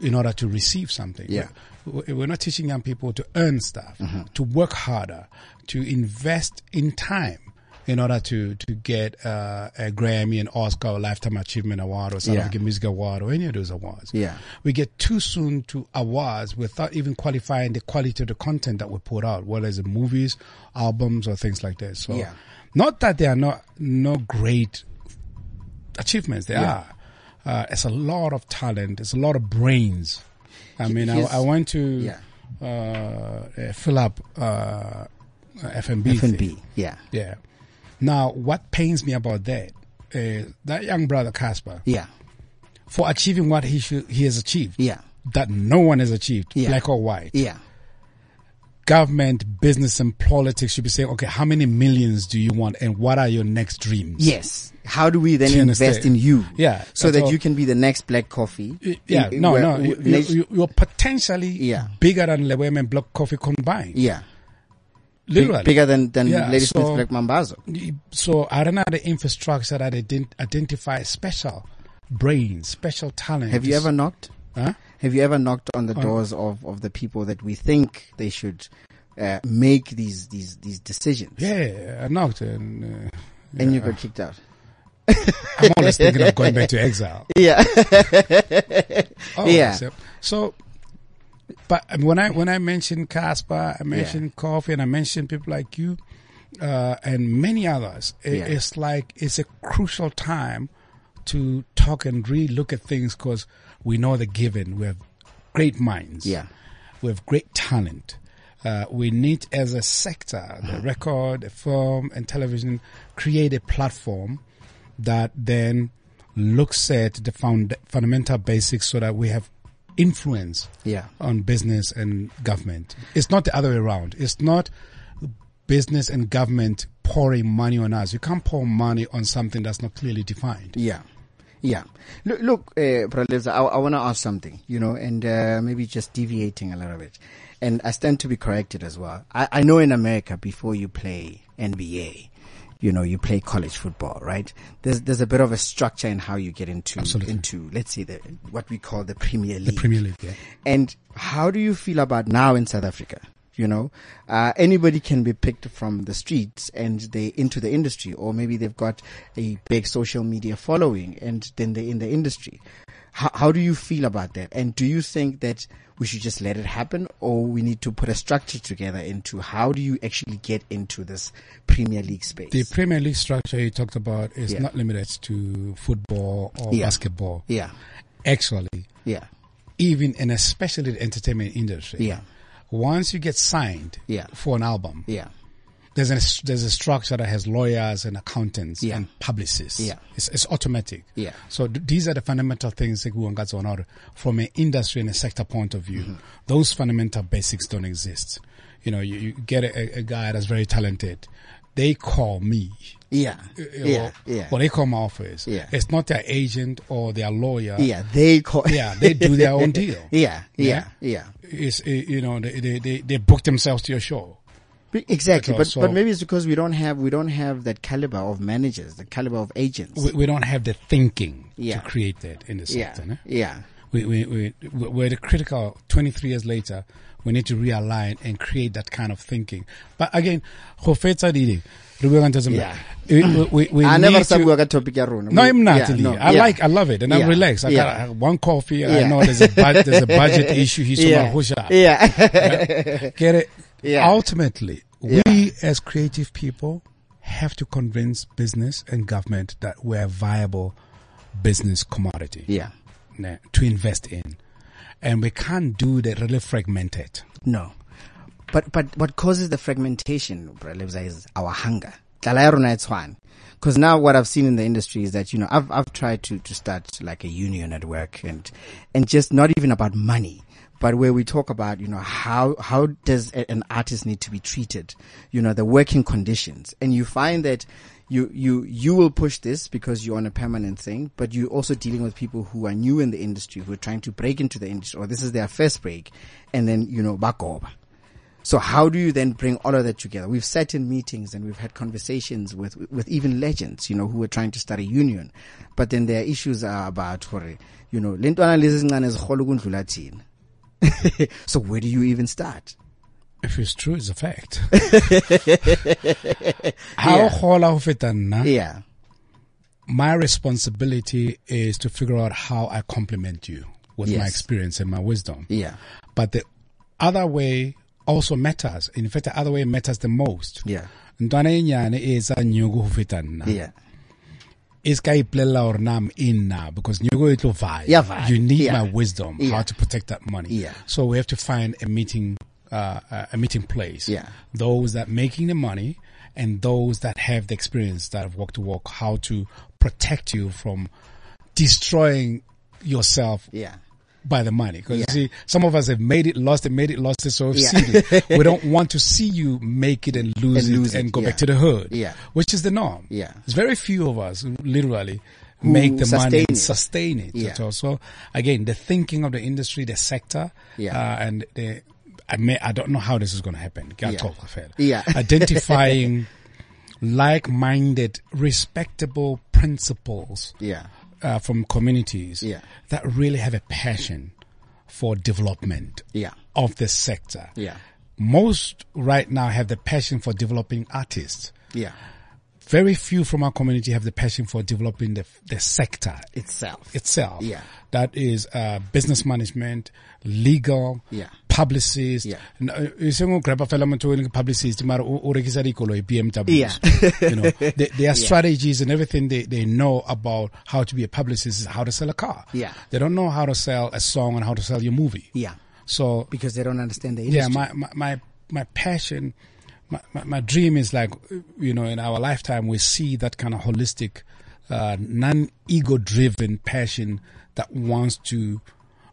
in order to receive something,
Yeah. Mm-hmm.
we- we're not teaching young people to earn stuff, to work harder, to invest in time. In order to to get uh, a Grammy, an Oscar, or Lifetime Achievement Award, or South
Yeah.
African Music Award, or any of those awards,
Yeah.
we get too soon to awards without even qualifying the quality of the content that we put out, whether it's in movies, albums, or things like that. So,
Yeah.
not that there are not no great achievements, there are. Uh, it's a lot of talent. It's a lot of brains. I mean, I,
here's-
I went to
Yeah.
uh, uh, fill up uh, FMB.
F&B. Yeah.
Yeah. Now, what pains me about that is that young brother Casper
Yeah.
for achieving what he should, he has achieved
Yeah.
that no one has achieved,
Yeah.
black or white.
Yeah.
Government, business, and politics should be saying, okay, how many millions do you want, and what are your next dreams?
Yes. How do we then
Do you
invest in
understand?
you?
Yeah.
So
That's
that
all.
you can be the next black coffee.
Y- Yeah,
In- in-
no,
where-
no,
w-
you, you,
next-
you- you're potentially
Yeah.
bigger than Lewem and Black Coffee combined.
yeah. Big-
Literally.
bigger than, than
Yeah,
Lady
so-
Smith Black Mambazo.
so I don't know the infrastructure that ident- identify special brains, special talent.
Have you ever knocked?
Huh?
Have you ever knocked on the doors of, of the people that we think they should uh, make these, these, these decisions?
Yeah, I knocked. And, uh,
And you got kicked out.
I'm always thinking of going back to exile.
Yeah.
Oh,
Yeah.
So, so- but um, when I when I mentioned Casper, I mentioned Coffee, and I mentioned people like you, uh, and many others, i-
Yeah.
it's like it's a crucial time to talk and re-look at things because we know the given. We have great minds.
Yeah.
We have great talent. Uh, we need, as a sector,
Uh-huh.
the record, the film, and television, create a platform that then looks at the found, fundamental basics so that we have influence
Yeah.
on business and government. It's not the other way around. It's not business and government pouring money on us. You can't pour money on something that's not clearly defined.
Yeah. Yeah. Look, look uh, Praleza, I, I want to ask something, you know, and uh, maybe just deviating a little bit. And I stand to be corrected as well. I, I know in America, before you play NBA, you know, you play college football, right? There's there's a bit of a structure in how you get into
Absolutely.
into let's say the what we call the Premier League.
Premier League, yeah.
And how do you feel about now in South Africa? You know, uh, anybody can be picked from the streets and they into the industry, or maybe they've got a big social media following and then they're in the industry. How, how do you feel about that? And do you think that we should just let it happen or we need to put a structure together into how do you actually get into this Premier League space?
The Premier League structure you talked about is
Yeah.
not limited to football or
Yeah.
basketball.
yeah.
Actually,
Yeah.
even and especially the entertainment industry.
Yeah.
Once you get signed
Yeah.
for an album,
Yeah.
there's a there's a structure that has lawyers and accountants
Yeah.
and publicists.
Yeah.
it's, it's automatic.
Yeah.
So th- these are the fundamental things that we want to honor from an industry and a sector point of view.
Mm-hmm.
Those fundamental basics don't exist. You know, you, you get a, a guy that's very talented. They call me.
Yeah.
uh,
Yeah.
Or,
Yeah.
or they call my office.
Yeah.
It's not their agent or their lawyer.
Yeah. They call.
Yeah, they do their own deal.
Yeah. Yeah.
Yeah.
Yeah.
It's, uh, you know, they, they, they, they book themselves to your show.
Be- Exactly,
all.
but but
So-
maybe it's because we don't have we don't have that caliber of managers, the caliber of agents.
We, we don't have the thinking
Yeah.
to create that in the
yeah,
sector. ne?
yeah,
We we, we, we, we're at a critical 23 years later. We need to realign and create that kind of thinking. But again, Hofetsa Didi,
Yeah.
we, we, we
I never
need
said
to-
we were going to pick a room.
no,
We-
I'm not.
yeah,
Lee.
no,
I
yeah.
like, I love it, and
Yeah.
I'm relaxed. I got
Yeah.
I have one coffee.
Yeah.
I know there's a bud there's a budget issue. He's
yeah.
yeah.
Yeah.
Get it?
Yeah.
Ultimately,
Yeah.
we as creative people have to convince business and government that we're a viable business commodity
yeah.
né, to invest in, and we can't do that really fragmented.
No. But but what causes the fragmentation, Bralebza, is our hunger. Because e now what I've seen in the industry is that, you know, I've, I've tried to, to start like a union at work and, and just not even about money, but where we talk about, you know, how, how does a- an artist need to be treated? You know, the working conditions. And you find that you, you, you will push this because you're on a permanent thing, but you're also dealing with people who are new in the industry, who are trying to break into the industry, or this is their first break. And then, you know, back over. So how do you then bring all of that together? We've sat in meetings and we've had conversations with, with even legends, you know, who were trying to start a union. But then their issues are about, hore, you know, lentwana lezincane zirhola ukundlula thina. so where do you even start?
If it's true, it's a fact. How hola hofeta na?
Yeah.
my responsibility is to figure out how I complement you with my
Yes.
experience and my wisdom.
Yeah.
But the other way also matters. In fact, the other way matters the most.
Yeah.
Ntwana e nyane e etsa nyoko ho feta nna.
Yeah.
E ska ipolella hore na I'm in now because nyoko e tlo vaya.
Ya vaya.
You need
Yeah.
my wisdom
Yeah.
how to protect that money.
Yeah.
So we have to find a meeting, uh, uh, a meeting place.
Yeah.
Those that making the money and those that have the experience that have walked to walk, how to protect you from destroying yourself
Yeah.
by the money. Because you see, some of us have made it, lost it, made it, lost it, so we've
Yeah.
seen it. we don't want to see you make it and lose,
And lose
it and
it,
go
yeah.
back to the hood.
Yeah.
Which is the norm.
Yeah.
It's very few of us who literally make the money
sustain it.
and sustain it.
Yeah.
at all. So again, the thinking of the industry, the sector,
Yeah.
uh, and the, I may, I don't know how this is going to happen. Ke a
Yeah.
thokola fela.
Yeah.
Identifying like-minded, respectable principles
Yeah.
uh, from communities
Yeah.
that really have a passion for development
Yeah.
of the sector.
Yeah.
Most right now have the passion for developing artists.
Yeah.
Very few from our community have the passion for developing the, the sector
Itself.
itself.
Yeah.
That is uh, business management, legal,
Yeah.
publicist.
Yeah.
N- uh, you say, "Oh, grab a fellow motho e leng publicist, mara o- o rekisa dikoloi, BMWs."
Yeah.
you know, they, their strategies and everything they, they know about how to be a publicist is how to sell a car.
Yeah.
They don't know how to sell a song and how to sell your movie.
Yeah.
So
Because they don't understand the industry.
yeah, my, my, my, my passion, my, my, my dream is like, you know, in our lifetime, we see that kind of holistic, uh, non ego driven passion that wants to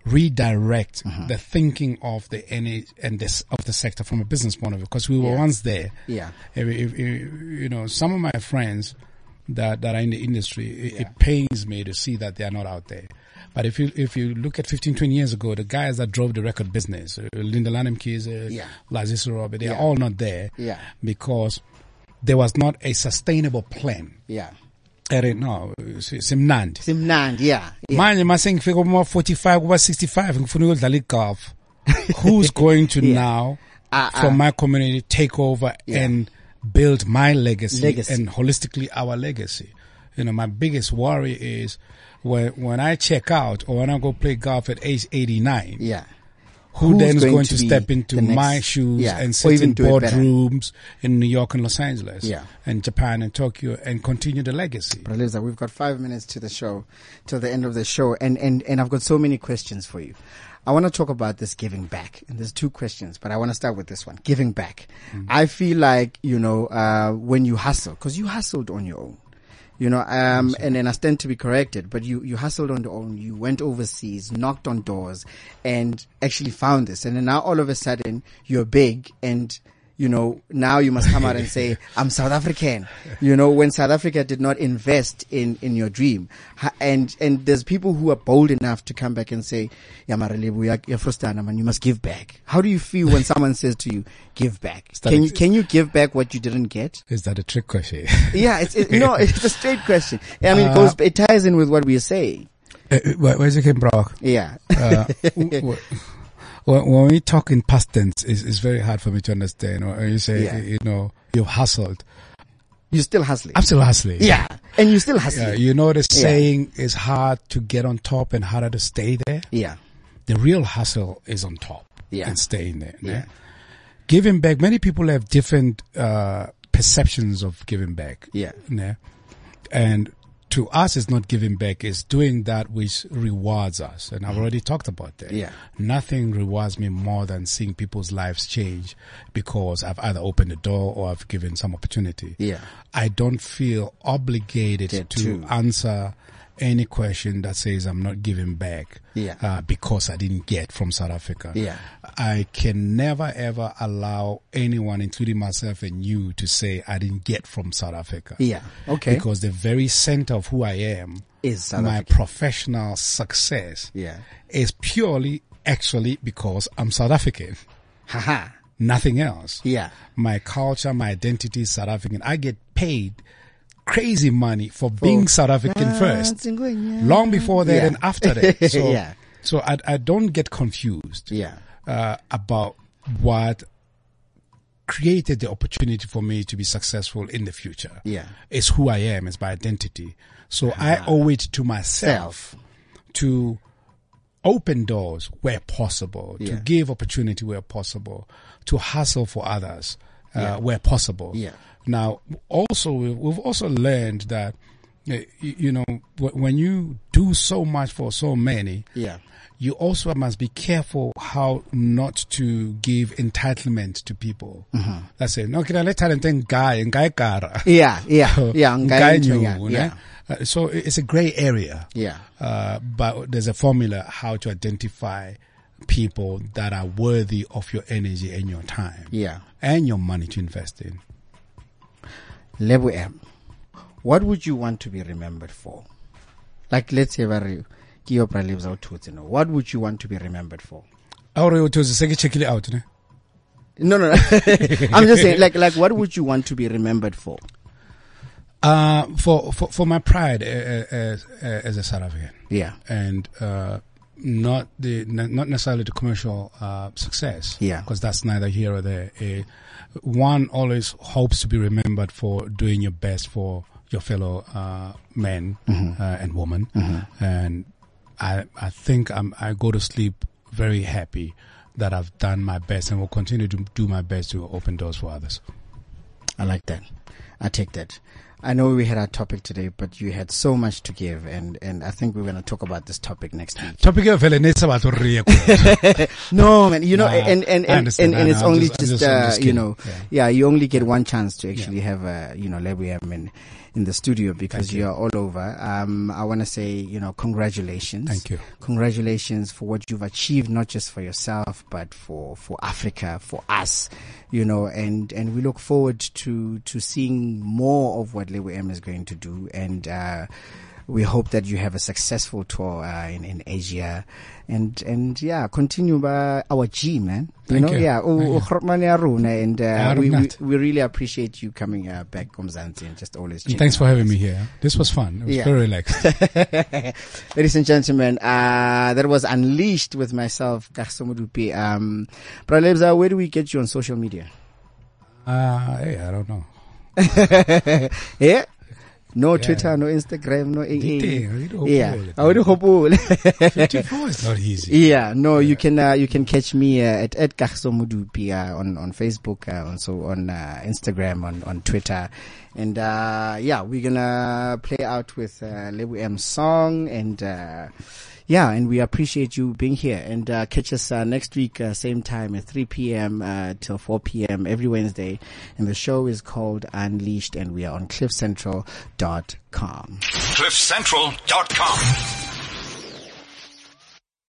redirect
Uh-huh.
the thinking of the NH and this of the sector from a business point of view because we were once there.
Yeah.
If- if- if- you know, some of my friends that, that are in the industry, it, it pains me to see that they are not out there. But if you if you look at 15, 20 years ago, the guys that drove the record business, uh, Linda Lanham Keys, uh,
Yeah.
Lazis Robert, they are all not there
Yeah.
because there was not a sustainable plan.
Yeah.
I don't know. Simnand.
Simnand. Yeah. Yeah.
Manje mase ngifika kuma 45 kuba 65 ngifuna ukudlala igolf. Who's going to now
Ah,
from my community take over and build my legacy,
Legacy.
and holistically our legacy? You know, my biggest worry is when when I check out or when I go play golf at age 89
yeah.
who
Who's
then is
going
going,
to
to,
be
step into
the next-
my shoes
yeah, or
and sit
even
in
do it better.
boardrooms in New York and Los Angeles
Yeah.
and Japan and Tokyo and continue the legacy.
Releza, we've got five minutes to the show, till the end of the show, and, and, and I've got so many questions for you. I want to talk about this giving back, and there's two questions, but I want to start with this one, giving back.
Mm-hmm.
I feel like, you know, uh, when you hustle, cause you hustled on your own, you know, um, and then I stand to be corrected, but you, you hustled on your own, you went overseas, knocked on doors, and actually found this, and then now all of a sudden, you're big, and you know, now you must come out and say, I'm South African. You know, when South Africa did not invest in, in your dream. Ha- And, and there's people who are bold enough to come back and say, "Ya mara Lebo, ya- ya frustana, man, you must give back. How do you feel when someone says to you, give back?
Start
Can
it.
you, can you give back what you didn't get?
Is that a trick question?
Yeah, it's, it, no, it's a straight question. I mean, it goes, it ties in with what we are saying.
Uh, where- where's it came from?
Yeah.
Uh, w- w- when we talk in past tense, it's, it's very hard for me to understand. Or you say,
Yeah.
you know, you've hustled.
You're still hustling.
I'm still hustling.
Yeah. And you're still
Yeah,
hustling.
you know the
Yeah.
saying it's hard to get on top and harder to stay there.
Yeah.
The real hustle is on top
Yeah.
and staying there.
Yeah.
Giving back. Many people have different uh, perceptions of giving back.
Yeah.
Yeah. And to us, it's not giving back. It's doing that which rewards us. And I've already talked about that.
Mm-hmm. Yeah.
Nothing rewards me more than seeing people's lives change because I've either opened the door or I've given some opportunity.
Yeah.
I don't feel obligated
There
to
too.
answer any question that says I'm not giving back
Yeah.
uh, because I didn't get from South Africa.
Yeah.
I can never ever allow anyone, including myself and you, to say I didn't get from South Africa.
Yeah. Okay.
Because the very center of who I am
Is South
my
African.
professional success
Yeah.
is purely actually because I'm South African.
Haha.
Nothing else
Yeah.
my culture, my identity is South African. I get paid crazy money for being South African first, long before that
Oh. Ah, Yeah.
and after that. So,
Yeah.
so I, I don't get confused
Yeah.
uh, about what created the opportunity for me to be successful in the future.
Yeah. Ah.
It's who I am, it's my identity. So I owe it to myself
Self.
to open doors where possible,
Yeah.
to give opportunity where possible, to hustle for others uh, where possible.
Yeah.
Now, also, we- we've also learned that, uh, y- you know, wh- when you do so much for so many,
Yeah.
you also must be careful how not to give entitlement to people.
Mm-hmm.
That's it. No, kira le talenteng guy and guy cara.
Yeah. Yeah. Yeah.
Guy
Ngai
new,
Ntwenga.
yeah. Uh, So it's a gray area.
Yeah.
Uh, but there's a formula how to identify people that are worthy of your energy and your time.
Yeah.
And your money to invest in.
Level M. What would you want to be remembered for? Like, let's say, Barry, Kiopra lives out to you know, what would you want to be remembered for?
Or it was a check it out. ne?
No, no, no. I'm just saying, like, like, what would you want to be remembered for?
Uh, for, for, for my pride uh, uh, as, uh, as a South African.
Yeah.
and uh, not the n- not necessarily the commercial uh, success.
Yeah.
because that's neither here or there. Eh, one always hopes to be remembered for doing your best for your fellow uh, men
Mm-hmm.
uh, and women, and I I think I'm, I go to sleep very happy that I've done my best and will continue to do my best to open doors for others.
I like that. I take that. I know we had our topic today, but you had so much to give, and, and I think we're going to talk about this topic next week.
Topic of Helenisa Batorria.
No, man, you know,
Nah,
and, and,
I
and, and,
understand.
and
I
it's
know. I'm
only
just-
just,
I'm just- I'm
uh,
just
you
kidding.
know,
Yeah.
yeah. you only get one chance to actually have a, you know, Lebuam in, in the studio because you. are all over. Um, I want to say, you know, congratulations.
Thank you.
Congratulations for what you've achieved, not just for yourself, but for, for Africa, for us, you know, and, and we look forward to, to seeing more of what Lebuam is going to do. And, uh, we hope that you have a successful tour uh, in, in Asia and and yeah continue by our G man you
Thank
know
you.
yeah o-
Thank
o- Grootman Yaruna, and uh,
Yaruna.
we, we, we really appreciate you coming uh, back Komzansi and just always
And
checking
thanks for
out.
having me here. This was fun. It was
Yeah.
very relaxed.
Ladies and gentlemen, uh, that was Unleashed with myself, Kagiso Modupe. Um, Brother Lebza, where do we get you on social media?
Uh, hey, I don't know.
yeah? No Twitter, no Instagram, no AA. Yeah. I would hope.
54 is not easy.
Yeah, no, you can uh, you can catch me uh, at at Kagiso Modupi uh, on on Facebook, uh, also on uh, Instagram, on on Twitter, and uh, yeah, we're gonna play out with uh, Lebu M's song, and uh, yeah, and we appreciate you being here, and uh, catch us uh, next week uh, same time at three p.m. Uh, till four p.m. every Wednesday, and the show is called Unleashed, and we are on CliffCentral.com.
CliffCentral.com.